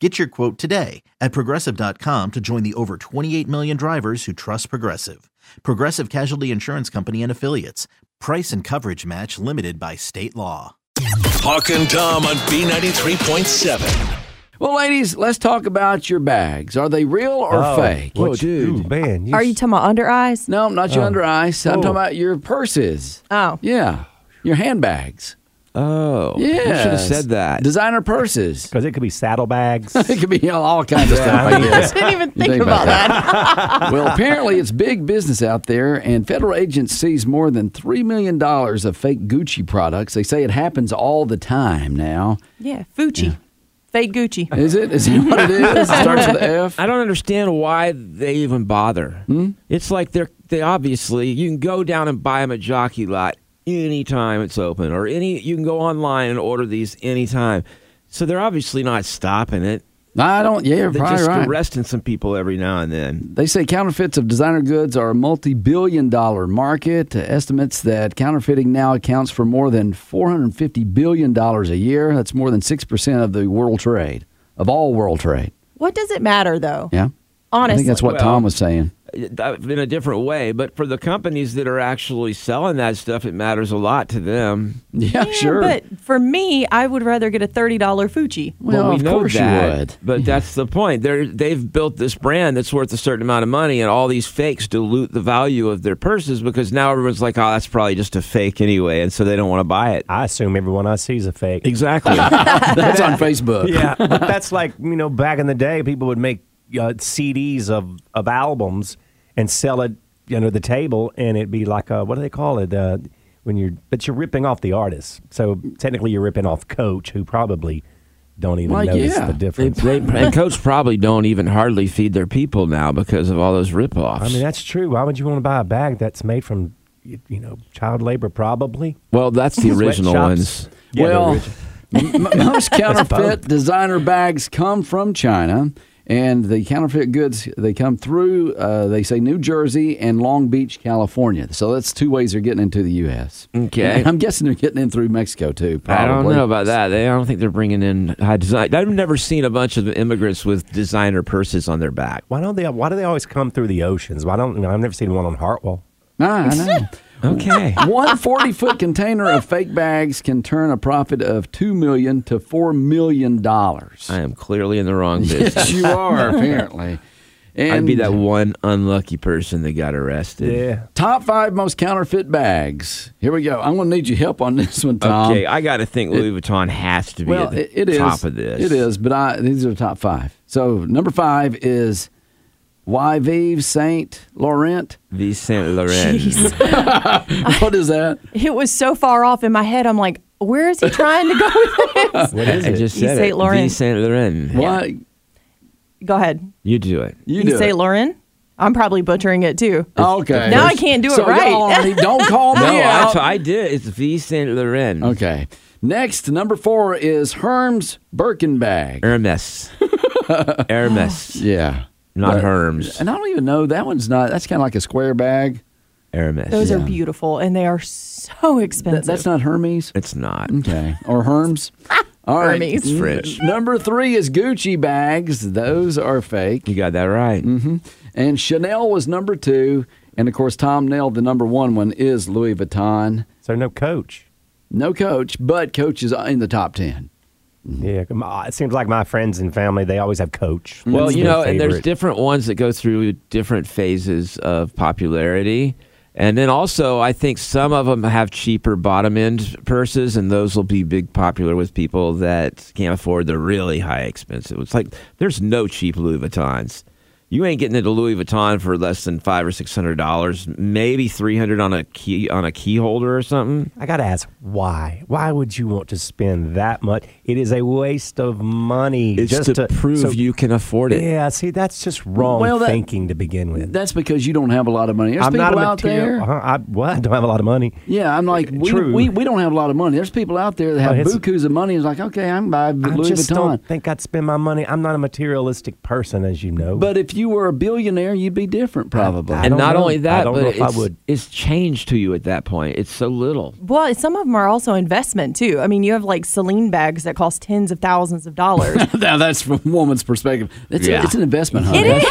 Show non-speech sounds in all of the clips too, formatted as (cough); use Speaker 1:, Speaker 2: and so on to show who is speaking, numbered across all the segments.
Speaker 1: Get your quote today at progressive.com to join the over 28 million drivers who trust Progressive. Progressive Casualty Insurance Company and Affiliates. Price and coverage match limited by state law.
Speaker 2: Hawk and Tom on B93.7.
Speaker 3: Well, ladies, let's talk about your bags. Are they real or
Speaker 4: Oh,
Speaker 3: fake?
Speaker 4: what
Speaker 3: Oh,
Speaker 4: you-
Speaker 3: dude.
Speaker 4: ooh, man, you,
Speaker 5: Are you talking about under eyes?
Speaker 3: No, not your under eyes. I'm
Speaker 4: Oh.
Speaker 3: talking about your purses.
Speaker 5: Oh,
Speaker 3: Yeah, your handbags.
Speaker 6: Oh, you
Speaker 3: Yeah,
Speaker 6: should have said that.
Speaker 3: Designer purses. (laughs)
Speaker 4: because it could be saddlebags.
Speaker 3: it could be all, all kinds of
Speaker 5: (laughs)
Speaker 3: stuff. I guess.
Speaker 5: didn't even
Speaker 3: Oh, You
Speaker 5: think, about, that.
Speaker 3: well, apparently it's big business out there, and federal agents seize more than $3 million of fake Gucci products. They say it happens all the time now.
Speaker 5: Yeah, Fucci, fake Gucci.
Speaker 3: Is it? Is it what it is? It starts with F.
Speaker 6: I don't understand why they even bother.
Speaker 3: Hmm?
Speaker 6: It's like they're they obviously you can go down and buy them at Jockey Lot anytime it's open, or any you can go online and order these anytime. So they're obviously not stopping it.
Speaker 3: I don't, yeah, you're
Speaker 6: They're
Speaker 3: probably
Speaker 6: just
Speaker 3: right.
Speaker 6: arresting some people every now and then.
Speaker 3: They say counterfeits of designer goods are a multi billion dollar market. Estimates that counterfeiting now accounts for more than $450 billion a year. That's more than 6% of the world trade, of all world trade.
Speaker 5: What does it matter though?
Speaker 3: Yeah. I
Speaker 5: Honestly,
Speaker 3: think that's what
Speaker 6: Well-
Speaker 3: Tom was saying.
Speaker 6: Uh, In a different way, but for the companies that are actually selling that stuff, it matters a lot to them.
Speaker 3: Yeah, (laughs)
Speaker 5: Yeah,
Speaker 3: sure.
Speaker 5: But for me, I would rather get a thirty dollar Fucci.
Speaker 3: well,
Speaker 6: we
Speaker 3: Oh, of
Speaker 6: know
Speaker 3: course
Speaker 6: that,
Speaker 3: you would.
Speaker 6: But that's the point. They're, they've built this brand that's worth a certain amount of money, and all these fakes dilute the value of their purses because now everyone's like, oh, that's probably just a fake anyway, and so they don't want to buy it.
Speaker 4: I assume everyone I see is a fake.
Speaker 6: (laughs) Exactly.
Speaker 3: That's
Speaker 5: (laughs)
Speaker 3: on Facebook.
Speaker 4: (laughs) Yeah,
Speaker 3: (laughs)
Speaker 4: but that's like you know back in the day, people would make uh, CDs of of albums and sell it under the table, and it'd be like uh what do they call it uh, when you're but you're ripping off the artist. So technically, you're ripping off Coach, who probably don't even
Speaker 3: Well,
Speaker 4: notice
Speaker 3: yeah.
Speaker 4: the
Speaker 6: They-
Speaker 4: difference.
Speaker 6: they- (laughs) and coaches probably don't even hardly feed their people now because of all those
Speaker 4: (laughs)
Speaker 6: ripoffs.
Speaker 4: I mean, that's true. Why would you want to buy a bag that's made from you you know child labor? Probably.
Speaker 6: well, that's the original
Speaker 4: Sweatshops.
Speaker 6: ones.
Speaker 4: Yeah, they're
Speaker 3: well,
Speaker 4: rich.
Speaker 6: (laughs)
Speaker 3: m- most counterfeit
Speaker 4: both.
Speaker 3: designer bags come from China, and the counterfeit goods they come through. Uh, they say New Jersey and Long Beach, California. So that's two ways they're getting into the U.S.
Speaker 6: Okay.
Speaker 3: And (laughs) I'm guessing they're getting in through Mexico too. Probably.
Speaker 6: I don't know about that. They, I don't think they're bringing in high design. I've never seen a bunch of immigrants with designer purses on their back.
Speaker 4: Why don't they? Why do they always come through the oceans? Why don't you know, I've never seen one on Hartwell.
Speaker 3: Nah, Ah, I know.
Speaker 6: (laughs) Okay.
Speaker 3: One 40 foot container of fake bags can turn a profit of $2 million to $4 million.
Speaker 6: I am clearly in
Speaker 3: (laughs)
Speaker 6: the wrong business.
Speaker 3: Yes, you are, apparently. And
Speaker 6: I'd be that one unlucky person that got arrested.
Speaker 3: Top five most counterfeit bags. Here we go. I'm going to need your help on (laughs) this one, Tom.
Speaker 6: Okay, I got to think Louis Vuitton has to be
Speaker 3: Um, Well,
Speaker 6: at the
Speaker 3: it, it is.
Speaker 6: top of this.
Speaker 3: It is, but I, these are the top five. So number five is Yves Saint
Speaker 5: (laughs)
Speaker 3: Laurent. (laughs)
Speaker 6: The Saint Laurent.
Speaker 3: What is that?
Speaker 5: It was so far off in my head. I'm like, where is he trying to go
Speaker 3: (laughs)
Speaker 5: with this?
Speaker 4: What is
Speaker 6: (laughs) I
Speaker 4: it?
Speaker 6: just
Speaker 5: Yves
Speaker 6: said
Speaker 5: Saint
Speaker 6: it.
Speaker 5: Laurent.
Speaker 6: The Saint Laurent.
Speaker 3: Why
Speaker 5: Go ahead.
Speaker 6: You do it.
Speaker 3: you
Speaker 5: you
Speaker 3: do
Speaker 5: say
Speaker 3: it. Oh,
Speaker 5: Lauren? I'm probably butchering it too.
Speaker 3: Okay.
Speaker 5: Now I can't do it
Speaker 3: So
Speaker 5: right.
Speaker 3: y'all already-
Speaker 5: (laughs)
Speaker 3: don't call me
Speaker 6: No, that's
Speaker 3: out.
Speaker 6: what I did. It's the Saint Laurent.
Speaker 3: okay. Next, number four is Hermes Birkenbag. (laughs)
Speaker 6: Hermes. Hermes.
Speaker 3: Yeah.
Speaker 6: Not
Speaker 3: But-
Speaker 6: Hermes.
Speaker 3: And I don't even know. That one's not. That's kind of like a square bag.
Speaker 6: Hermes.
Speaker 5: Those are beautiful and they are so
Speaker 3: That,
Speaker 5: expensive.
Speaker 3: that's not Hermes.
Speaker 6: it's not.
Speaker 3: Okay. Or Herms. All right.
Speaker 5: Hermes.
Speaker 3: N-
Speaker 6: French.
Speaker 3: Number three is Gucci bags. Those are fake.
Speaker 6: You got that right.
Speaker 3: Mm. And Chanel was number two. And of course, Tom nailed the number one one is Louis Vuitton.
Speaker 4: So no coach.
Speaker 3: No coach, but coach is in the top 10.
Speaker 4: Yeah, come on. it seems like my friends and family they always have Coach.
Speaker 6: Well,
Speaker 4: That's
Speaker 6: you
Speaker 4: their
Speaker 6: know, and there's
Speaker 4: favorite.
Speaker 6: different ones that go through different phases of popularity. And then also, I think some of them have cheaper bottom end purses, and those will be big popular with people that can't afford the really high expensive. It's like there's no cheap Louis Vuittons. You ain't getting into Louis Vuitton for less than five or six hundred dollars, maybe three hundred on a key on a key holder or something.
Speaker 4: I got to ask, why? Why would you want to spend that much? It is a waste of money.
Speaker 6: It's
Speaker 4: just
Speaker 6: to, prove
Speaker 4: so-
Speaker 6: you can afford it.
Speaker 4: Yeah, see, that's just wrong
Speaker 3: Well, that-
Speaker 4: thinking to begin with.
Speaker 3: That's because you don't have a lot of money. There's people out there.
Speaker 4: Uh-huh. I, well, I don't have a lot of money.
Speaker 3: Yeah, I'm like, we,
Speaker 4: True. Oh,
Speaker 3: we we don't have a lot of money. There's people out there that have
Speaker 4: it's-
Speaker 3: bukus of money. It's like, okay, I'm buy
Speaker 4: I
Speaker 3: Louis
Speaker 4: just
Speaker 3: Vuitton.
Speaker 4: don't think I'd spend my money. I'm not a materialistic person, as you know.
Speaker 3: But if you were a billionaire, you'd be different, probably.
Speaker 4: I
Speaker 6: and
Speaker 4: don't
Speaker 6: not
Speaker 4: know.
Speaker 6: only
Speaker 4: I
Speaker 6: that,
Speaker 4: don't
Speaker 6: but
Speaker 4: know if I
Speaker 6: it's,
Speaker 4: would.
Speaker 6: it's change to you at that point. It's
Speaker 4: (laughs)
Speaker 6: so little.
Speaker 5: Well, some of them are also investment too. I mean, you have like Celine bags that cost tens of thousands of dollars.
Speaker 3: (laughs) (laughs) now that's from a woman's perspective. It's, a-
Speaker 6: Yeah.
Speaker 3: it's an investment, honey.
Speaker 5: it is.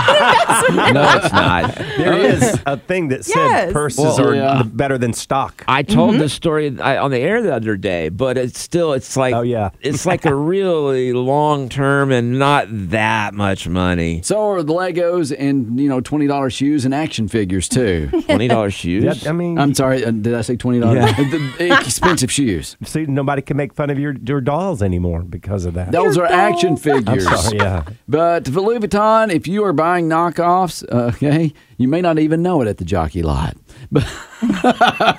Speaker 6: No, it's not.
Speaker 4: (laughs) there is a thing that says
Speaker 5: Yes.
Speaker 4: purses
Speaker 3: Well,
Speaker 4: are
Speaker 3: yeah.
Speaker 4: th- better than stock.
Speaker 6: I told
Speaker 4: Mm-hmm.
Speaker 6: this story I, on the air the other day, but it's still it's like
Speaker 4: Oh, yeah.
Speaker 6: it's like
Speaker 4: (laughs)
Speaker 6: a really long term and not that much money.
Speaker 3: So are the Legos and you know twenty dollars shoes and action figures too.
Speaker 4: (laughs)
Speaker 6: Twenty dollars shoes.
Speaker 4: Yeah, I mean,
Speaker 3: I'm sorry, uh, did I say twenty dollars? expensive shoes.
Speaker 4: see, nobody can make fun of your, your dolls anymore because of that.
Speaker 3: Those are action
Speaker 4: (laughs) I'm
Speaker 3: figures.
Speaker 4: sorry, yeah.
Speaker 3: But for Louis Vuitton, if you are buying knockoffs, uh, okay, you may not even know it at the jockey lot. But
Speaker 5: (laughs)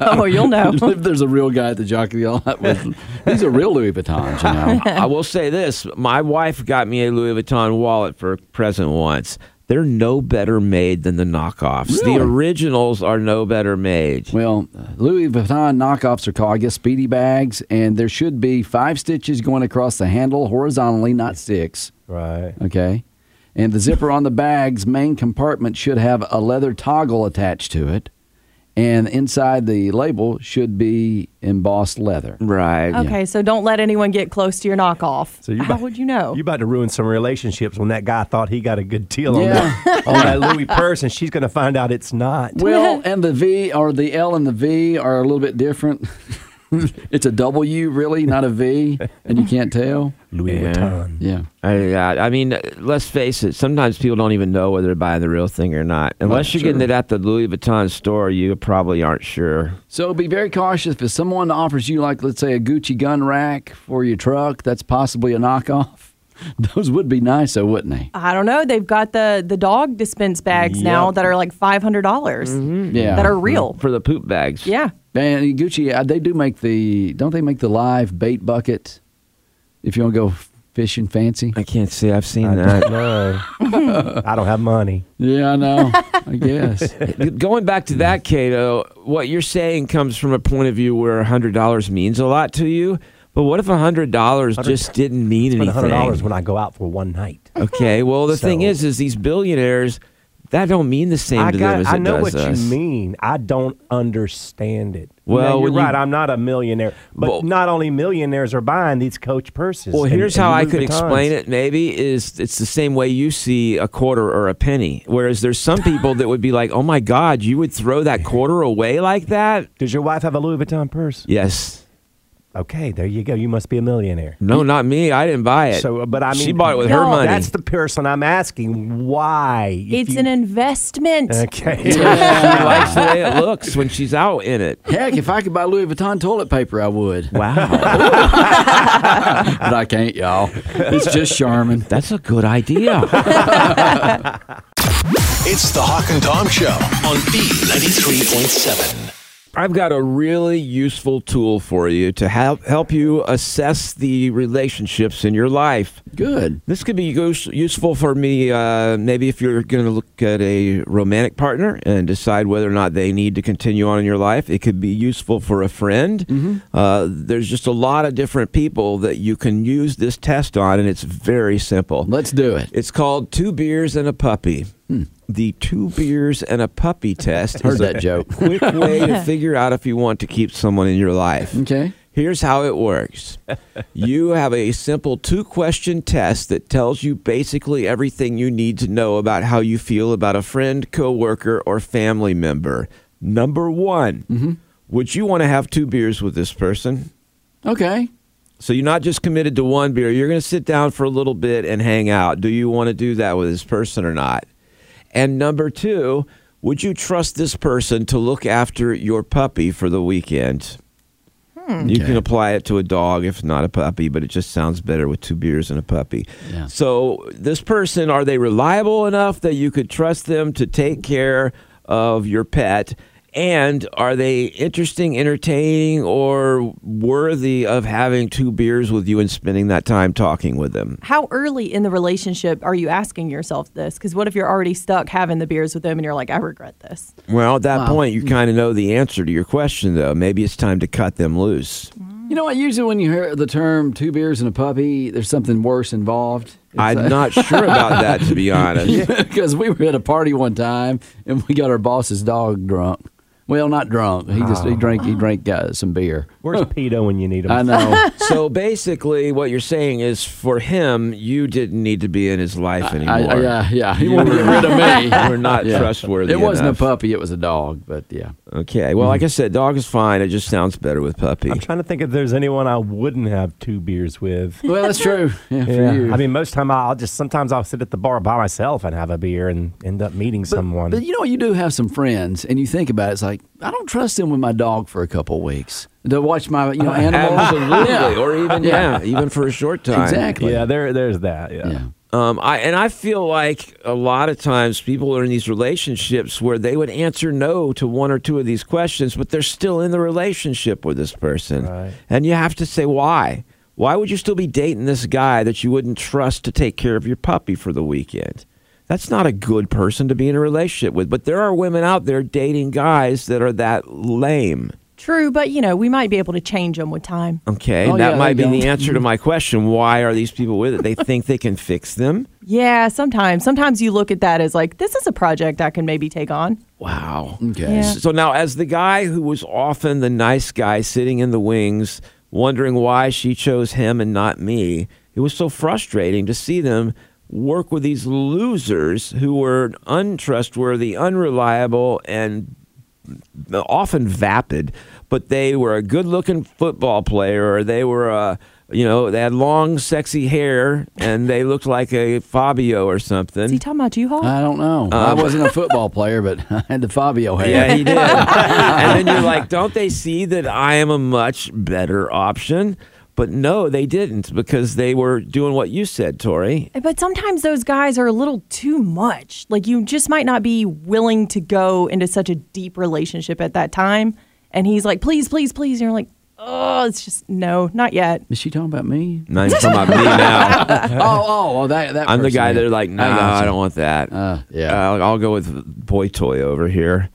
Speaker 5: oh,
Speaker 3: (laughs)
Speaker 5: you'll know.
Speaker 3: if there's a real guy at the jockey lot
Speaker 4: (laughs)
Speaker 3: with these are real Louis Vuittons, you know.
Speaker 6: I will say this: my wife got me a Louis Vuitton wallet for a present once. They're no better made than the knockoffs.
Speaker 3: Really?
Speaker 6: The originals are no better made.
Speaker 3: Well, Louis Vuitton knockoffs are called, I guess, speedy bags, and there should be five stitches going across the handle horizontally, not six.
Speaker 4: Right.
Speaker 3: Okay. And the zipper on the bag's main compartment should have a leather toggle attached to it. And inside the label should be embossed leather.
Speaker 6: Right.
Speaker 4: Oh.
Speaker 5: Okay, so don't let anyone get close to your knockoff.
Speaker 4: So you
Speaker 5: How
Speaker 4: about-
Speaker 5: would you know?
Speaker 4: You about to ruin some relationships when that guy thought he got a good deal on,
Speaker 3: Yeah.
Speaker 4: that,
Speaker 3: (laughs)
Speaker 4: on that Louis purse, and she's going to find out it's not.
Speaker 3: (laughs) Well, and the V or the L and the V are a little bit different. (laughs) it's a W, really, not a V, and you can't tell.
Speaker 4: Louis Vuitton.
Speaker 3: Yeah.
Speaker 6: I, I I mean, let's face it. Sometimes people don't even know whether they're buying the real thing or not. Unless you're getting it at the Louis Vuitton store, you probably aren't sure.
Speaker 3: So be very cautious. If someone offers you, like, let's say, a Gucci gun rack for your truck, that's possibly a knockoff. (laughs) Those would be nice, though, wouldn't they?
Speaker 5: I don't know. They've got the the dog dispense bags now
Speaker 4: Yep.
Speaker 5: that are like five hundred dollars
Speaker 4: Mm-hmm.
Speaker 3: Yeah.
Speaker 5: that are real.
Speaker 6: for the poop bags.
Speaker 5: Yeah.
Speaker 3: And Gucci, uh, they do make the don't they make the live bait bucket if you want to go fishing fancy?
Speaker 6: I can't say I've seen
Speaker 4: I don't
Speaker 6: (laughs) that.
Speaker 4: know.
Speaker 3: (laughs)
Speaker 4: I don't have money.
Speaker 3: Yeah, I know. I guess.
Speaker 6: Going back to that, Cato, what you're saying comes from a point of view where $100 means a lot to you. But what if $100 just didn't mean
Speaker 4: Spend
Speaker 6: anything?
Speaker 4: hundred dollars when I go out for one night.
Speaker 6: (laughs) Okay, well, the thing
Speaker 4: So-
Speaker 6: is, is these billionaires, that don't mean the same
Speaker 4: I,
Speaker 6: to
Speaker 4: got-
Speaker 6: them as
Speaker 4: I
Speaker 6: it
Speaker 4: know
Speaker 6: does
Speaker 4: what
Speaker 6: us.
Speaker 4: you mean. I don't understand it.
Speaker 6: Well,
Speaker 4: Now, you're
Speaker 6: when you-
Speaker 4: right. I'm not a millionaire, but
Speaker 6: Well-
Speaker 4: not only millionaires are buying these Coach purses.
Speaker 6: Well,
Speaker 4: and-
Speaker 6: here's
Speaker 4: and
Speaker 6: how I
Speaker 4: Louis
Speaker 6: could
Speaker 4: Vuittons.
Speaker 6: explain it. Maybe is it's the same way you see a quarter or a penny. Whereas there's some people that would be like, "Oh my God, you would throw that quarter away like that?"
Speaker 4: Does your wife have a Louis Vuitton purse?
Speaker 6: Yes.
Speaker 4: Okay, there you go. You must be a millionaire.
Speaker 6: No, not me. I didn't buy it.
Speaker 4: So, uh, but I mean,
Speaker 6: she bought it with her
Speaker 5: No,
Speaker 6: money.
Speaker 4: That's the person I'm asking why. if
Speaker 5: It's
Speaker 4: you- Uh,
Speaker 5: an
Speaker 4: (laughs)
Speaker 5: investment.
Speaker 4: okay.
Speaker 5: (laughs)
Speaker 6: she likes the way it looks when she's out in it.
Speaker 3: Heck, if I could buy Louis Vuitton toilet paper, I would.
Speaker 6: Wow,
Speaker 3: But I can't, y'all. It's just Charmin.
Speaker 6: that's a good idea.
Speaker 2: (laughs) It's the Hawk and Tom Show on B93.7.
Speaker 6: I've got a really useful tool for you to help help you assess the relationships in your life.
Speaker 3: Good.
Speaker 6: This could be use- useful for me, uh, maybe if you're going to look at a romantic partner and decide whether or not they need to continue on in your life. It could be useful for a friend.
Speaker 3: Mm-hmm.
Speaker 6: Uh, there's just a lot of different people that you can use this test on, and it's very simple.
Speaker 3: Let's do it.
Speaker 6: It's called Two Beers and a Puppy. The Two Beers and a Puppy test
Speaker 3: Hmm. (laughs) Heard
Speaker 6: is
Speaker 3: that
Speaker 6: a
Speaker 3: joke.
Speaker 6: quick way
Speaker 3: (laughs)
Speaker 6: to figure out if you want to keep someone in your life.
Speaker 3: Okay.
Speaker 6: Here's how it works you have a simple two question test that tells you basically everything you need to know about how you feel about a friend, coworker, or family member. Number one, would you want to have two beers with this person?
Speaker 3: Okay.
Speaker 6: So you're not just committed to one beer. You're going to sit down for a little bit and hang out. Do you want to do that with this person or not? And number two, Would you trust this person to look after your puppy for the weekend? You
Speaker 1: Okay.
Speaker 6: can apply it to a dog if not a puppy, but it just sounds better with two beers and a puppy.
Speaker 3: Yeah.
Speaker 6: So, this person, are they reliable enough that you could trust them to take care of your pet? And are they interesting, entertaining, or worthy of having two beers with you and spending that time talking with them?
Speaker 5: How early in the relationship are you asking yourself this? Because what if you're already stuck having the beers with them and you're like, I regret this?
Speaker 6: Well, at that point,
Speaker 3: Mm.
Speaker 6: you kind of know the answer to your question, though. Maybe it's time to cut them loose.
Speaker 3: You know what? Usually, when you hear the term two beers and a puppy, there's something worse involved.
Speaker 6: I'm not sure about that, to
Speaker 3: (laughs)
Speaker 6: be honest.
Speaker 3: Because we were at a party one time and we got our boss's dog drunk. Well, not drunk. He just he
Speaker 6: Oh.
Speaker 3: drank he drank uh, some beer.
Speaker 4: Where's Pedo when you need him?
Speaker 3: I know.
Speaker 6: So basically, what you're saying is for him, you didn't need to be in his life (laughs) anymore.
Speaker 3: I, I- yeah, yeah. He
Speaker 6: You
Speaker 3: wanted to
Speaker 6: were-
Speaker 3: get rid of (laughs) me.
Speaker 6: you were not trustworthy
Speaker 3: It wasn't
Speaker 6: enough.
Speaker 3: a puppy. It was a dog. But yeah,
Speaker 6: Okay. Well, like I said, dog is fine. It just sounds better with puppy.
Speaker 4: I'm trying to think if there's anyone I wouldn't have two beers with.
Speaker 3: well, that's true. Yeah, for you.
Speaker 4: I mean, most time I'll just sometimes I'll sit at the bar by myself and have a beer and end up meeting someone.
Speaker 3: But you know, you do have some friends, and you think about it, it's like I don't trust them with my dog for a couple weeks to watch my
Speaker 6: (laughs)
Speaker 3: you know animals.
Speaker 6: Absolutely.
Speaker 3: Yeah.
Speaker 6: Or even yeah. even for a short time.
Speaker 3: Exactly.
Speaker 4: yeah, there, there's that. Yeah.
Speaker 3: Yeah.
Speaker 6: Um, I and I feel like a lot of times people are in these relationships where they would answer no to one or two of these questions, but they're still in the relationship with this person,
Speaker 4: Right.
Speaker 6: and you have to say why. Why would you still be dating this guy that you wouldn't trust to take care of your puppy for the weekend? That's not a good person to be in a relationship with. But there are women out there dating guys that are that lame.
Speaker 5: True, but you know, we might be able to change them with time.
Speaker 6: Okay,
Speaker 3: Oh,
Speaker 6: and
Speaker 3: yeah,
Speaker 6: that
Speaker 3: there
Speaker 6: might be
Speaker 3: you go.
Speaker 6: the answer
Speaker 3: (laughs)
Speaker 6: to my question. Why are these people with it? They think they can fix them.
Speaker 5: Yeah, sometimes. Sometimes you look at that as like, this is a project I can maybe take on.
Speaker 6: Wow.
Speaker 3: Okay.
Speaker 5: Yeah.
Speaker 6: So now, as the guy who was often the nice guy sitting in the wings, wondering why she chose him and not me, it was so frustrating to see them work with these losers who were untrustworthy, unreliable, and often vapid, but they were a good-looking football player, or they were a you know they had long, sexy hair, and they looked like a Fabio or something.
Speaker 5: Is he talking about you, Hall?
Speaker 3: I don't know. I wasn't a football player, but (laughs) I had the Fabio hair.
Speaker 6: Um, (laughs) Yeah, he did. and then you're like, don't they see that I am a much better option? But no, they didn't because they were doing what you said, Tori.
Speaker 5: But sometimes those guys are a little too much. Like you just might not be willing to go into such a deep relationship at that time. And he's like, please, please, please. And you're like, oh, it's just no, not yet.
Speaker 3: Is she talking about me?
Speaker 6: Not even talking about me now.
Speaker 3: oh, oh, well, that, that
Speaker 6: I'm the
Speaker 3: person,
Speaker 6: guy
Speaker 3: yeah.
Speaker 6: that are like, no,
Speaker 3: got
Speaker 6: I,
Speaker 3: you.
Speaker 6: don't want that.
Speaker 3: Uh, yeah.
Speaker 6: I'll, I'll go with boy toy over here.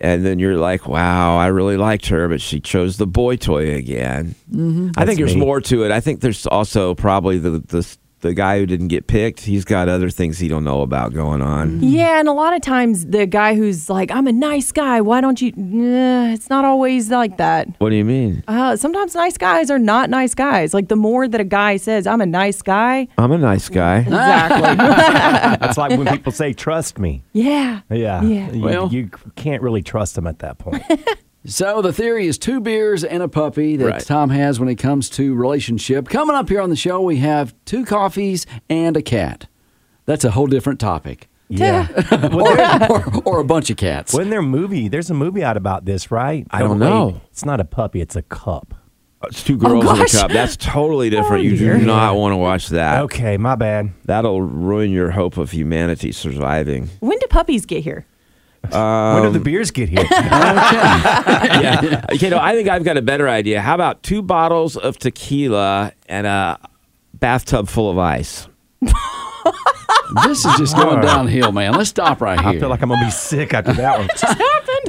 Speaker 6: and then you're like, wow, I really liked her, but she chose the boy toy again. Mm-hmm. I think there's
Speaker 4: me.
Speaker 6: more to it. I think there's also probably the, the the guy who didn't get picked. He's got other things he don't know about going on.
Speaker 5: Yeah, and a lot of times the guy who's like, I'm a nice guy. Why don't you? Nah, it's not always like that.
Speaker 6: What do you mean?
Speaker 5: Uh, sometimes nice guys are not nice guys. Like the more that a guy says, I'm a nice guy.
Speaker 6: I'm a nice guy.
Speaker 5: Exactly.
Speaker 4: (laughs)
Speaker 5: (laughs)
Speaker 4: That's like when people say, "Trust me."
Speaker 5: yeah.
Speaker 4: Yeah.
Speaker 5: Yeah.
Speaker 4: You,
Speaker 3: Well-
Speaker 4: you can't really trust them at
Speaker 3: (laughs)
Speaker 4: that point.
Speaker 3: So the theory is two beers and a puppy that
Speaker 6: Right.
Speaker 3: Tom has when it comes to relationship. Coming up here on the show, we have two coffees and a cat. That's a whole different topic.
Speaker 4: yeah.
Speaker 6: (laughs)
Speaker 3: or, or, or a bunch of cats.
Speaker 4: Wasn't there a movie? There's a movie out about this, right?
Speaker 6: I don't
Speaker 4: wait.
Speaker 6: know.
Speaker 4: It's not a puppy. It's a cup.
Speaker 6: It's two girls in a
Speaker 5: gosh.
Speaker 6: cup. That's totally different.
Speaker 5: Oh,
Speaker 6: you
Speaker 5: dear.
Speaker 6: do not want to watch that.
Speaker 4: Okay, my bad.
Speaker 6: That'll ruin your hope of humanity surviving.
Speaker 5: When do puppies get here?
Speaker 4: when
Speaker 3: Um,
Speaker 4: do the beers
Speaker 3: (laughs)
Speaker 4: get here?
Speaker 6: (laughs) yeah. Okay, no, I think I've got a better idea. How about two bottles of tequila and a bathtub full of ice?
Speaker 3: This is just going downhill, man. Let's stop right here.
Speaker 4: I feel like I'm gonna be sick after
Speaker 3: (laughs)
Speaker 4: that one.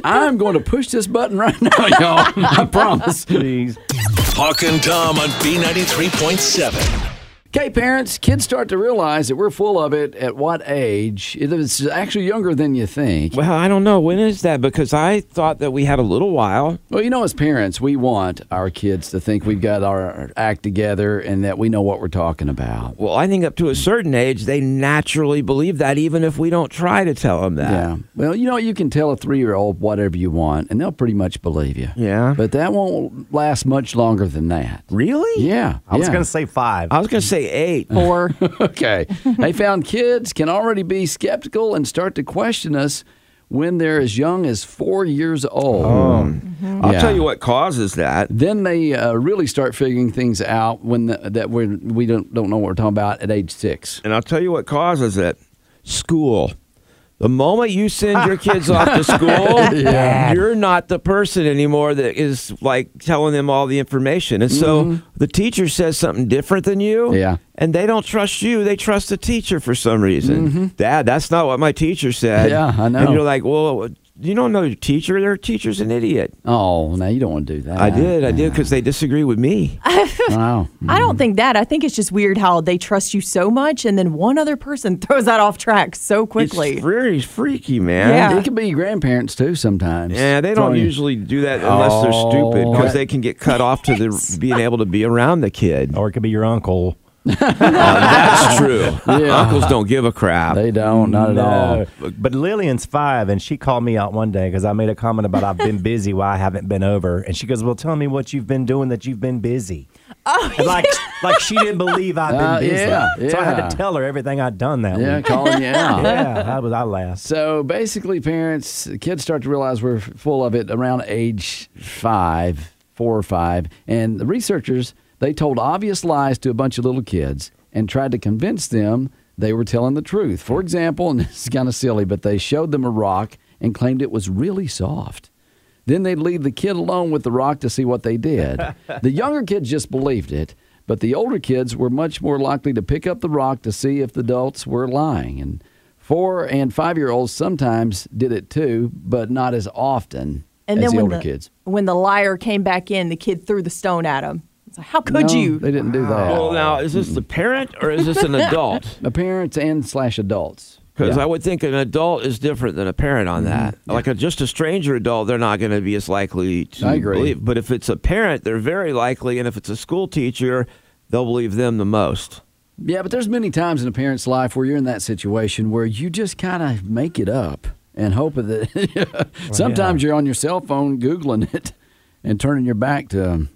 Speaker 3: I'm going to push this button right now, (laughs) y'all. I promise.
Speaker 4: Please.
Speaker 2: Hawk and Tom on B93.7.
Speaker 3: Okay, parents, kids start to realize that we're full of it at what age? It is actually younger than you think.
Speaker 6: Well, I don't know. When is that? Because I thought that we had a little while.
Speaker 3: Well, you know, as parents, we want our kids to think we've got our our act together and that we know what we're talking about.
Speaker 6: Well, I think up to a certain age, they naturally believe that, even if we don't try to tell them that.
Speaker 3: Yeah. Well, you know, you can tell a three year old whatever you want, and they'll pretty much believe you.
Speaker 6: Yeah.
Speaker 3: But that won't last much longer than that.
Speaker 6: Really?
Speaker 3: Yeah.
Speaker 4: I was
Speaker 3: yeah.
Speaker 4: gonna say five.
Speaker 6: I was going to say eight.
Speaker 3: (laughs) Or, okay, they found kids can already be skeptical and start to question us when they're as young as four years old.
Speaker 6: I'll
Speaker 3: Yeah.
Speaker 6: tell you what causes that.
Speaker 3: Then they uh, really start figuring things out when the, that we're, we don't don't know what we're talking about at age six.
Speaker 6: and I'll tell you what causes it. School. The moment you send your kids off to school, you're not the person anymore that is like telling them all the information. And so the teacher says something different than you,
Speaker 3: Mm-hmm. Yeah.
Speaker 6: and they don't trust you. They trust the teacher for some reason. Dad, that's not what my teacher said.
Speaker 3: Mm-hmm. Yeah, I know.
Speaker 6: And you're like, well, you don't know your teacher. Your teacher's an idiot.
Speaker 3: Oh, now you don't want to do that.
Speaker 6: I did. I did because they disagree with me.
Speaker 3: (laughs) Wow.
Speaker 5: I don't think that. I think it's just weird how they trust you so much, and then one other person (laughs) throws that off track so quickly.
Speaker 6: It's very freaky, man.
Speaker 5: Yeah.
Speaker 3: It could be grandparents too sometimes.
Speaker 6: Yeah, they don't
Speaker 3: Throwing-
Speaker 6: usually do that unless they're stupid because
Speaker 3: okay.
Speaker 6: they can get cut off to the being able to be around the
Speaker 3: Oh.
Speaker 6: kid.
Speaker 4: Or it could be your uncle.
Speaker 3: (laughs)
Speaker 6: That's true.
Speaker 3: Yeah.
Speaker 6: Uncles don't give a crap.
Speaker 3: They don't. Not at all.
Speaker 4: But Lillian's five, and she called me out one day because I made a comment about I've been busy, why I haven't been over, and she goes, "Well, tell me what you've been doing that you've been busy."
Speaker 5: (laughs)
Speaker 4: Oh, like like she didn't believe I've been
Speaker 3: Uh,
Speaker 4: busy,
Speaker 3: yeah,
Speaker 4: so I
Speaker 3: yeah.
Speaker 4: had to tell her everything I'd done that
Speaker 3: Yeah,
Speaker 4: week.
Speaker 3: calling you
Speaker 6: (laughs)
Speaker 3: out.
Speaker 4: Yeah, I was I last.
Speaker 3: So basically, parents, kids start to realize we're f- full of it around age five, four or five. And the researchers, they told obvious lies to a bunch of little kids and tried to convince them they were telling the truth. For example, (laughs) and this is kind of silly, but they showed them a rock and claimed it was really soft. Then they'd leave the kid alone with the rock to see what they
Speaker 6: (laughs)
Speaker 3: did. the younger kids just believed it, but the older kids were much more likely to pick up the rock to see if the adults were lying. And four and five year olds sometimes did it too, but not as often
Speaker 5: and
Speaker 3: as
Speaker 5: then
Speaker 3: the
Speaker 5: when
Speaker 3: older
Speaker 5: the
Speaker 3: kids.
Speaker 5: when the liar came back in, the kid threw the stone at him. It's like, how could
Speaker 3: No,
Speaker 5: you?
Speaker 3: They didn't do that.
Speaker 6: Well, now is this the parent or is this an adult?
Speaker 3: the parents and slash adults.
Speaker 6: (laughs) Because
Speaker 3: Yeah. Mm-hmm.
Speaker 6: I would think an adult is different than a parent on that. Like a, just a stranger adult, they're not going to be as likely to
Speaker 3: I agree.
Speaker 6: believe. But if it's a parent, they're very likely, and if it's a school teacher, they'll believe them the most.
Speaker 3: Yeah, but there's many times in a parent's life where you're in that situation where you just kind of make it up and hope that. (laughs) Sometimes you're on your cell phone googling it and turning your back to 'em,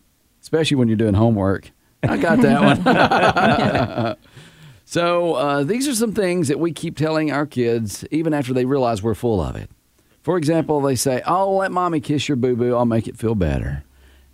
Speaker 3: especially when you're doing homework. I got that one. (laughs) so uh, these are some things that we keep telling our kids even after they realize we're full of it. For example, they say, "Oh, let mommy kiss your boo boo. I'll make it feel better."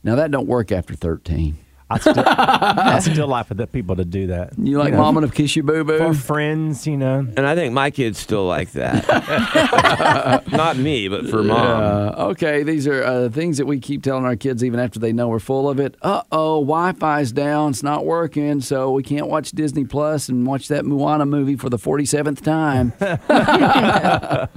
Speaker 3: Now that don't work after 13.
Speaker 4: I still,
Speaker 3: (laughs)
Speaker 4: I still like for the people to do that.
Speaker 3: You like
Speaker 4: know,
Speaker 3: mama to kiss your boo boo?
Speaker 4: for friends, you know.
Speaker 6: And I think my kids still
Speaker 3: (laughs)
Speaker 6: like that. Not me, but for mom.
Speaker 3: Uh, okay, these are uh, things that we keep telling our kids even after they know we're full of it. Uh oh, Wi Fi's down, it's not working, so we can't watch Disney Plus and watch that Moana movie for the 47th time.
Speaker 5: (laughs)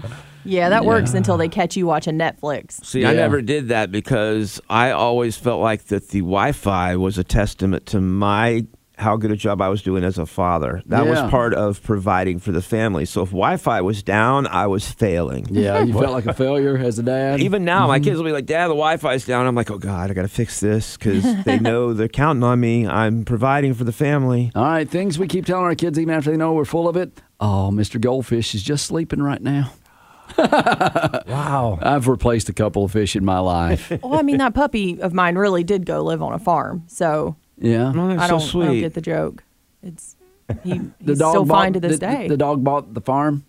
Speaker 5: yeah, that works until they catch you watching Netflix.
Speaker 6: See, I
Speaker 3: Yeah.
Speaker 6: never did that because I always felt like that the Wi-Fi was a testament to my how good a job I was doing as a father. That
Speaker 3: Yeah.
Speaker 6: was part of providing for the family. So if Wi-Fi was down, I was failing.
Speaker 3: yeah, you felt like a failure as a dad.
Speaker 6: Even now,
Speaker 5: mm-hmm.
Speaker 6: my kids will be like, "Dad, the Wi-Fi's down." I'm like, "Oh God, I got to fix this because
Speaker 5: (laughs)
Speaker 6: they know they're counting on me. I'm providing for the family."
Speaker 3: All right, things we keep telling our kids even after they know we're full of it. Oh, Mr. Goldfish is just sleeping right now.
Speaker 4: Wow.
Speaker 3: I've replaced a couple of fish in my
Speaker 5: (laughs)
Speaker 3: life.
Speaker 5: well, Oh, I mean, that puppy of mine really did go live on a farm, so
Speaker 3: Yeah.
Speaker 6: Oh, that's
Speaker 5: I don't,
Speaker 6: so sweet.
Speaker 5: I don't get the joke. It's he,
Speaker 3: The
Speaker 5: he's still
Speaker 3: bought,
Speaker 5: fine to this
Speaker 3: the,
Speaker 5: day.
Speaker 3: The dog bought the farm.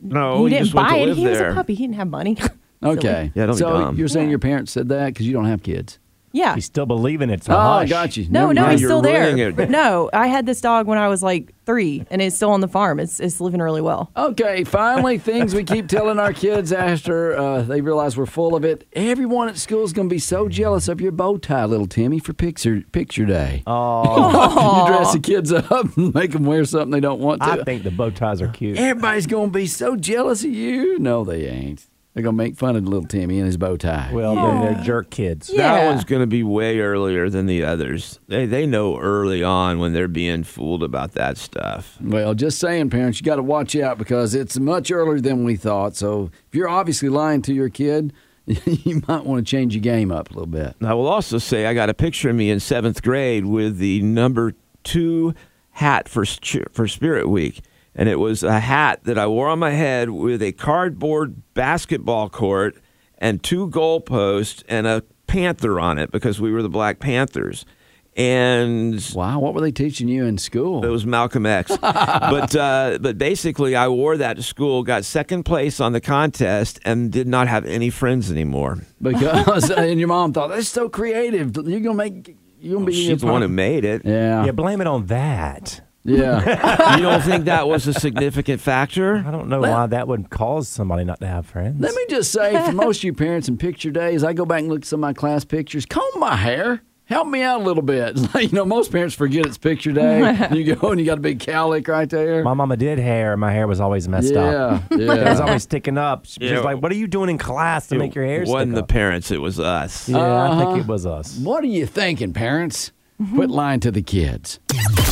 Speaker 6: no,
Speaker 5: he
Speaker 6: you
Speaker 5: didn't
Speaker 6: just went
Speaker 5: buy
Speaker 6: to
Speaker 5: it.
Speaker 6: live
Speaker 5: He was
Speaker 6: there.
Speaker 5: a puppy. He didn't have money. (laughs) Silly.
Speaker 3: Okay.
Speaker 6: Yeah, don't be
Speaker 3: so
Speaker 6: dumb.
Speaker 3: you're saying your parents said that because you don't have kids.
Speaker 5: Yeah.
Speaker 4: You still believe in it. So
Speaker 3: oh, I
Speaker 4: hush.
Speaker 3: got you.
Speaker 5: No,
Speaker 3: Never
Speaker 5: no,
Speaker 3: mind.
Speaker 5: he's
Speaker 6: You're
Speaker 5: still there.
Speaker 6: ruining it.
Speaker 5: No, I had this dog when I was like three, and it's still on the farm. It's it's living really well.
Speaker 3: Okay, finally, things we keep telling our kids after uh, they realize we're full of it. Everyone at school is going to be so jealous of your bow tie, little Timmy, for picture picture day. Oh, (laughs) you dress the kids up and make them wear something they don't want to.
Speaker 4: I think the bow ties are cute.
Speaker 3: Everybody's going to be so jealous of you. No, they ain't. They're going to make fun of little Timmy and his bow tie.
Speaker 4: Well, then they're jerk kids.
Speaker 5: Yeah.
Speaker 6: That one's going to be way earlier than the others. They they know early on when they're being fooled about that stuff.
Speaker 3: Well, just saying, parents, you got to watch out because it's much earlier than we thought. So if you're obviously lying to your kid, (laughs) you might want to change your game up a little bit.
Speaker 6: And I will also say I got a picture of me in seventh grade with the number two hat for s- for Spirit Week, and it was a hat that I wore on my head with a cardboard basketball court and two goalposts and a panther on it because we were the Black Panthers. and
Speaker 3: Wow, what were they teaching you in school?
Speaker 6: it was Malcolm X. but uh, but basically, I wore that to school, got second place on the contest, and did not have any friends anymore. (laughs)
Speaker 3: because and your mom thought that's so creative. You're gonna make you're gonna be
Speaker 6: Oh, She's the one who made it.
Speaker 3: yeah
Speaker 4: Yeah, blame it on that.
Speaker 3: yeah.
Speaker 6: (laughs) You don't think that was a significant
Speaker 4: I
Speaker 6: factor?
Speaker 4: don't know why that would cause somebody not to have friends.
Speaker 3: Let me just say, for most of you parents in picture days, I go back and look at some of my class pictures. Comb my hair. Help me out a little bit. (laughs) you know, most parents forget it's picture
Speaker 6: (laughs)
Speaker 3: day. you go and you got a big cowlick right there.
Speaker 4: My mama did hair. My hair was always messed
Speaker 3: yeah,
Speaker 4: up. (laughs)
Speaker 6: (laughs)
Speaker 4: It was
Speaker 3: yeah.
Speaker 4: always sticking up. She was
Speaker 6: Yeah.
Speaker 4: like, "What are you doing in class to make your hair
Speaker 6: It wasn't
Speaker 4: stick
Speaker 6: the
Speaker 4: up?"
Speaker 6: parents, it was us.
Speaker 4: yeah, I
Speaker 3: Uh-huh.
Speaker 4: think it was us.
Speaker 3: what are you thinking, parents?
Speaker 6: Mm-hmm.
Speaker 3: Quit lying to the
Speaker 6: (laughs)
Speaker 3: kids.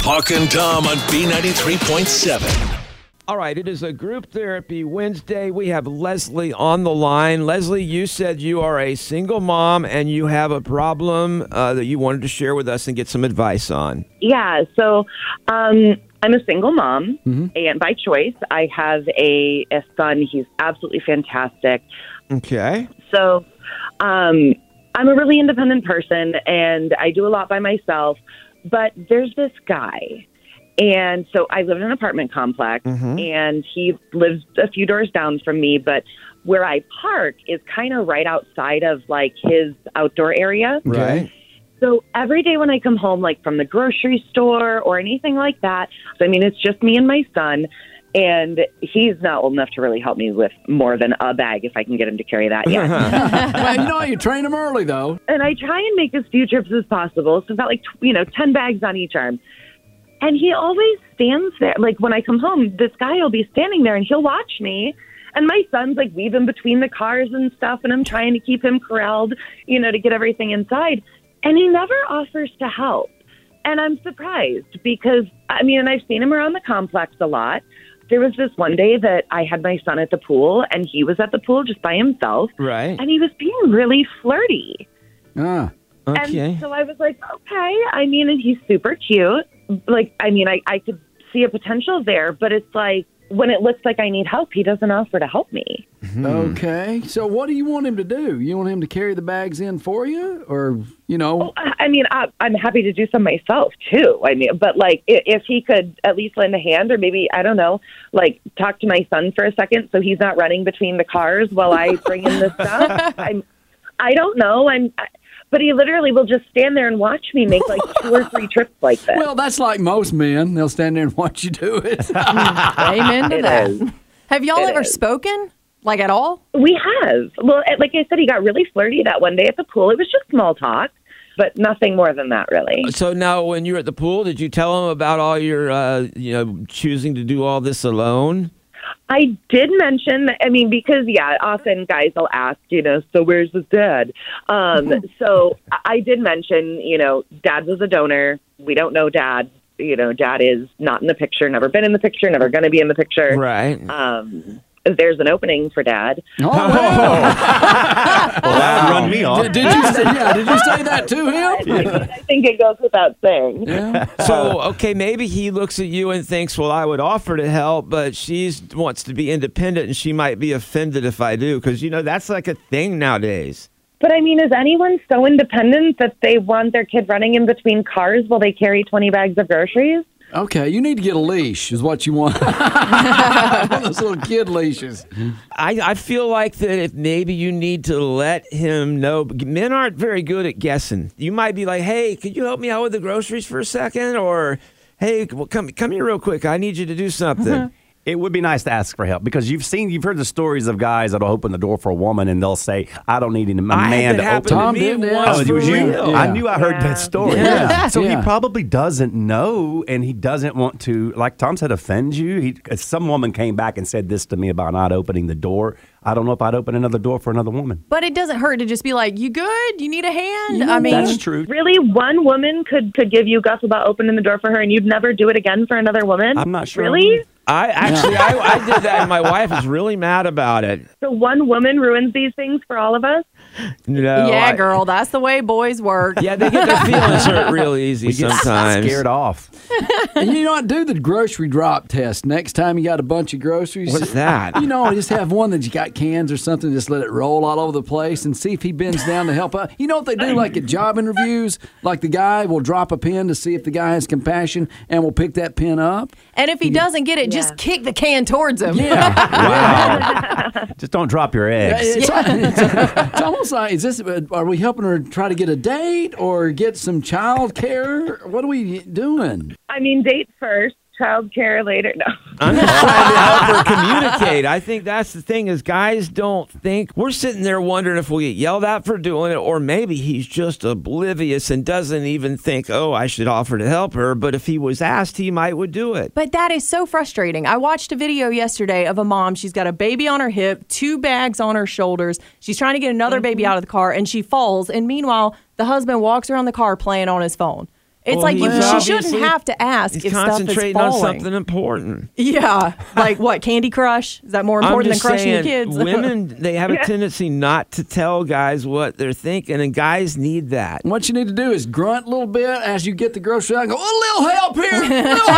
Speaker 2: Hawk and Tom on B93.7.
Speaker 6: All right, it is a group therapy Wednesday. We have Leslie on the line. Leslie, you said you are a single mom and you have a problem uh, that you wanted to share with us and get some advice on.
Speaker 7: Yeah. So um, I'm a single mom, and by choice, I have a, a son. He's absolutely fantastic.
Speaker 6: Okay.
Speaker 7: So um, I'm a really independent person, and I do a lot by myself. But there's this guy. And so I live in an apartment complex, and he lives a few doors down from me. But where I park is kind of right outside of like his outdoor area.
Speaker 6: Right.
Speaker 7: So every day when I come home, like from the grocery store or anything like that, I mean, it's just me and my son. And he's not old enough to really help me with more than a bag if I can get him to carry that yet.
Speaker 3: well, you know, you train them early though.
Speaker 7: and I try and make as few trips as possible. So about like, tw- you know, 10 bags on each arm. And he always stands there. Like when I come home, this guy will be standing there and he'll watch me. And my son's like weaving between the cars and stuff. And I'm trying to keep him corralled, you know, to get everything inside. And he never offers to help. And I'm surprised because, I mean, and I've seen him around the complex a lot. There was this one day that I had my son at the pool and he was at the pool just by himself.
Speaker 6: Right.
Speaker 7: And he was being really flirty.
Speaker 3: Ah,
Speaker 6: Okay.
Speaker 7: And so I was like, okay. I mean, and he's super cute. Like, I mean, I, I could see a potential there, but it's like when it looks like I need help, he doesn't offer to help me.
Speaker 3: okay. So, what do you want him to do? You want him to carry the bags in for you, or you know?
Speaker 7: I I mean, I, I'm happy to do some myself too. I mean, but like i- if he could at least lend a hand or maybe, I don't know, like talk to my son for a second so he's not running between the cars while I bring in the stuff. I'm, I don't know. I'm, I, but he literally will just stand there and watch me make like two or three trips like this.
Speaker 3: Well, that's like most men. They'll stand there and (laughs) watch you do it. Oh,
Speaker 7: (laughs)
Speaker 5: Amen to
Speaker 7: It
Speaker 5: that.
Speaker 7: is.
Speaker 5: Have y'all
Speaker 7: It
Speaker 5: ever
Speaker 7: is.
Speaker 5: spoken? Like at all?
Speaker 7: We have. Well, and like I said, he got really flirty that one day at the pool. It was just small talk, but nothing more than that, really.
Speaker 6: So now, when you're at the pool, did you tell him about all your, uh, you know, choosing to do all this alone?
Speaker 7: I did mention, I mean, because, yeah, often guys will ask, you know, so where's his dad? Um, so I- I did mention, you know, dad was a donor. We don't know dad. You know, dad is not in the picture, never been in the picture, never going to be in the picture.
Speaker 6: Right.
Speaker 7: Um, there's an opening for dad.
Speaker 3: Oh, well.
Speaker 4: Wow. Run me off.
Speaker 3: Did, did you say, yeah, did you say that to him?
Speaker 7: (laughs) I, mean, I think it goes without saying.
Speaker 3: Yeah.
Speaker 4: (laughs)
Speaker 6: So okay, maybe he looks at you and thinks, "Well, I would offer to help, but she's wants to be independent, and she might be offended if I do, because you know that's like a thing nowadays."
Speaker 7: But I mean, is anyone so independent that they want their kid running in between cars while they carry 20 bags of groceries?
Speaker 3: Okay, you need to get a leash, is what you want. (laughs) One of those little kid leashes.
Speaker 6: I, I feel like that if maybe you need to let him know. Men aren't very good at guessing. You might be like, "Hey, could you help me out with the groceries for a second? Or, "Hey, well, come come here real quick. I need you to do something."
Speaker 4: It would be nice to ask for help because you've seen, you've heard the stories of guys that'll open the door for a woman and they'll say, "I don't need any, a
Speaker 6: I had
Speaker 4: man
Speaker 6: that
Speaker 4: to
Speaker 6: happen
Speaker 4: open."
Speaker 3: Tom
Speaker 6: to me
Speaker 3: didn't
Speaker 6: once
Speaker 3: ask
Speaker 4: Oh, it was
Speaker 6: for
Speaker 4: you.
Speaker 6: real.
Speaker 4: I knew I heard
Speaker 7: Yeah.
Speaker 4: that story.
Speaker 3: Yeah.
Speaker 4: So
Speaker 3: Yeah.
Speaker 4: he probably doesn't know, and he doesn't want to, like Tom said, offend you. He, uh, some woman came back and said this to me about not opening the door. I don't know if I'd open another door for another woman.
Speaker 5: But it doesn't hurt to just be like, "You good? You need a hand?" I mean,
Speaker 4: That's true.
Speaker 7: Really, one woman could, could give you guff about opening the door for her and you'd never do it again for another woman?
Speaker 4: I'm not sure.
Speaker 7: Really?
Speaker 6: I actually I, I did that, and my wife is really mad about it.
Speaker 7: So one woman ruins these things for all of us?
Speaker 6: No,
Speaker 5: yeah,
Speaker 6: I-
Speaker 5: girl, that's the way boys work.
Speaker 6: Yeah, they get their feelings hurt real easy
Speaker 4: You get (laughs)
Speaker 6: sometimes. (laughs)
Speaker 4: scared off.
Speaker 3: and you don't do the grocery drop test next time you got a bunch of groceries.
Speaker 6: What's that?
Speaker 3: You know, just have one that you got cans or something, just let it roll all over the place and see if he bends down to help out. You know what they do, like at job interviews, like the guy will drop a pin to see if the guy has compassion and will pick that pin up.
Speaker 5: And if he doesn't get it,
Speaker 7: Yeah.
Speaker 5: just kick the can towards him.
Speaker 3: Yeah.
Speaker 4: Wow. Just don't drop your eggs.
Speaker 3: (laughs) It's, it's, it's almost like is this? uh, Are we helping her try to get a date or get some child care? What are we doing?
Speaker 7: I mean, date first, child care later. No.
Speaker 4: (laughs)
Speaker 6: I'm just trying to help her communicate. I think that's the thing is guys don't think we're sitting there wondering if we get yelled at for doing it, or maybe he's just oblivious and doesn't even think, oh, I should offer to help her. But if he was asked, he might would do it.
Speaker 5: (laughs) But that is so frustrating. I watched a video yesterday of a mom. She's got a baby on her hip, two bags on her shoulders. She's trying to get another baby out of the car and she falls. And meanwhile, the husband walks around the car playing on his phone. It's
Speaker 6: Well,
Speaker 5: like you,
Speaker 6: he's
Speaker 5: she shouldn't
Speaker 6: obviously-
Speaker 5: have to ask
Speaker 6: He's
Speaker 5: if stuff is
Speaker 6: concentrating
Speaker 5: falling.
Speaker 6: on something important. (laughs)
Speaker 5: Yeah, like what? Candy Crush? Is that more
Speaker 6: I'm
Speaker 5: important than
Speaker 6: just
Speaker 5: crushing
Speaker 6: saying,
Speaker 5: your kids? (laughs)
Speaker 6: women they have a tendency not to tell guys what they're thinking, and guys need that.
Speaker 3: What you need to do is grunt a little bit as you get the grocery out and go, "Oh, a little help here, a little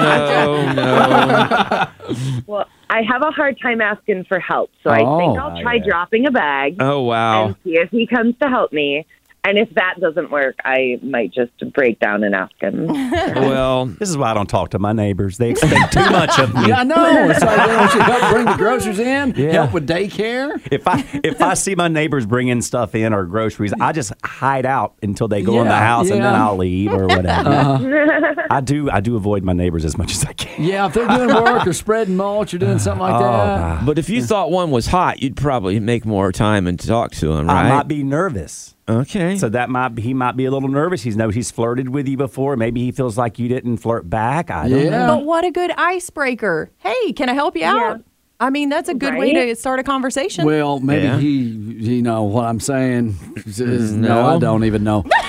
Speaker 3: help."
Speaker 6: No, no.
Speaker 7: Well, I have a hard time asking for help, so I think
Speaker 3: Oh.
Speaker 7: I'll try dropping a bag
Speaker 6: Oh
Speaker 5: (laughs)
Speaker 6: wow.
Speaker 7: and see if he comes to help me. And if that doesn't work, I might just break down and ask him.
Speaker 6: Well,
Speaker 4: This is why I don't talk to my neighbors. They expect too much of me.
Speaker 3: Yeah, I
Speaker 6: (laughs)
Speaker 3: know. It's like they want you to help bring the groceries in,
Speaker 4: Yeah.
Speaker 3: help with daycare.
Speaker 4: If I if I see my neighbors bringing stuff in or groceries, I just hide out until they go in the
Speaker 3: Yeah,
Speaker 4: house and then
Speaker 3: yeah. Uh-huh.
Speaker 4: I'll leave or whatever. I do I do avoid my neighbors as much as I can.
Speaker 3: Yeah, if they're doing work or spreading mulch or doing something
Speaker 6: Oh,
Speaker 3: like that.
Speaker 6: but if you thought one was hot, you'd probably make more time and talk to him,
Speaker 4: I
Speaker 6: right?
Speaker 4: might be nervous.
Speaker 6: okay.
Speaker 4: So that might he might be a little nervous. He's no he's flirted with you before. Maybe he feels like you didn't flirt back. I don't know.
Speaker 3: Yeah.
Speaker 5: but what a good icebreaker. Hey, can I help you out? I mean, that's a good way
Speaker 7: Right?
Speaker 5: to start a conversation.
Speaker 3: Well, maybe
Speaker 6: Yeah.
Speaker 3: he, you know what I'm saying. is- no.
Speaker 6: No.
Speaker 3: I don't even know.
Speaker 4: (laughs)
Speaker 3: but
Speaker 6: (laughs)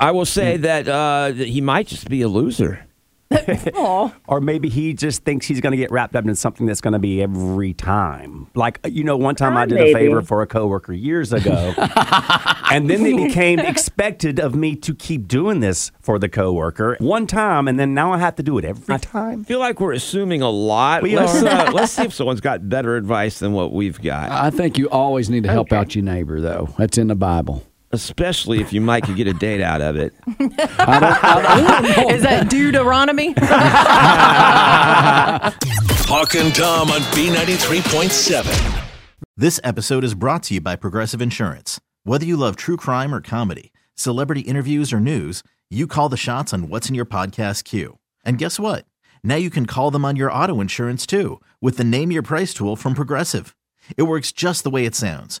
Speaker 6: I will say that, uh, that he might just be a loser.
Speaker 5: Aw.
Speaker 4: Or maybe he just thinks he's going to get wrapped up in something that's going to be every time. Like, uh, you know, one time I did a
Speaker 7: Maybe.
Speaker 4: favor for a coworker years ago, and then it became expected of me to keep doing this for the coworker one time, and then now I have to do it every
Speaker 6: I
Speaker 4: time.
Speaker 6: feel like we're assuming a lot.
Speaker 4: We
Speaker 6: let's,
Speaker 4: are.
Speaker 6: uh, let's see if someone's got better advice than what we've got,
Speaker 3: I think you always need to help out your neighbor, though. That's in the Bible.
Speaker 6: especially if you might could get a date out of it.
Speaker 3: I don't, I don't know.
Speaker 5: (laughs) Is
Speaker 6: (laughs)
Speaker 5: that Deuteronomy?
Speaker 2: Hawk and Tom on B93.7.
Speaker 1: This episode is brought to you by Progressive Insurance. Whether you love true crime or comedy, celebrity interviews or news, you call the shots on what's in your podcast queue. And guess what? Now you can call them on your auto insurance too with the Name Your Price tool from Progressive. It works just the way it sounds.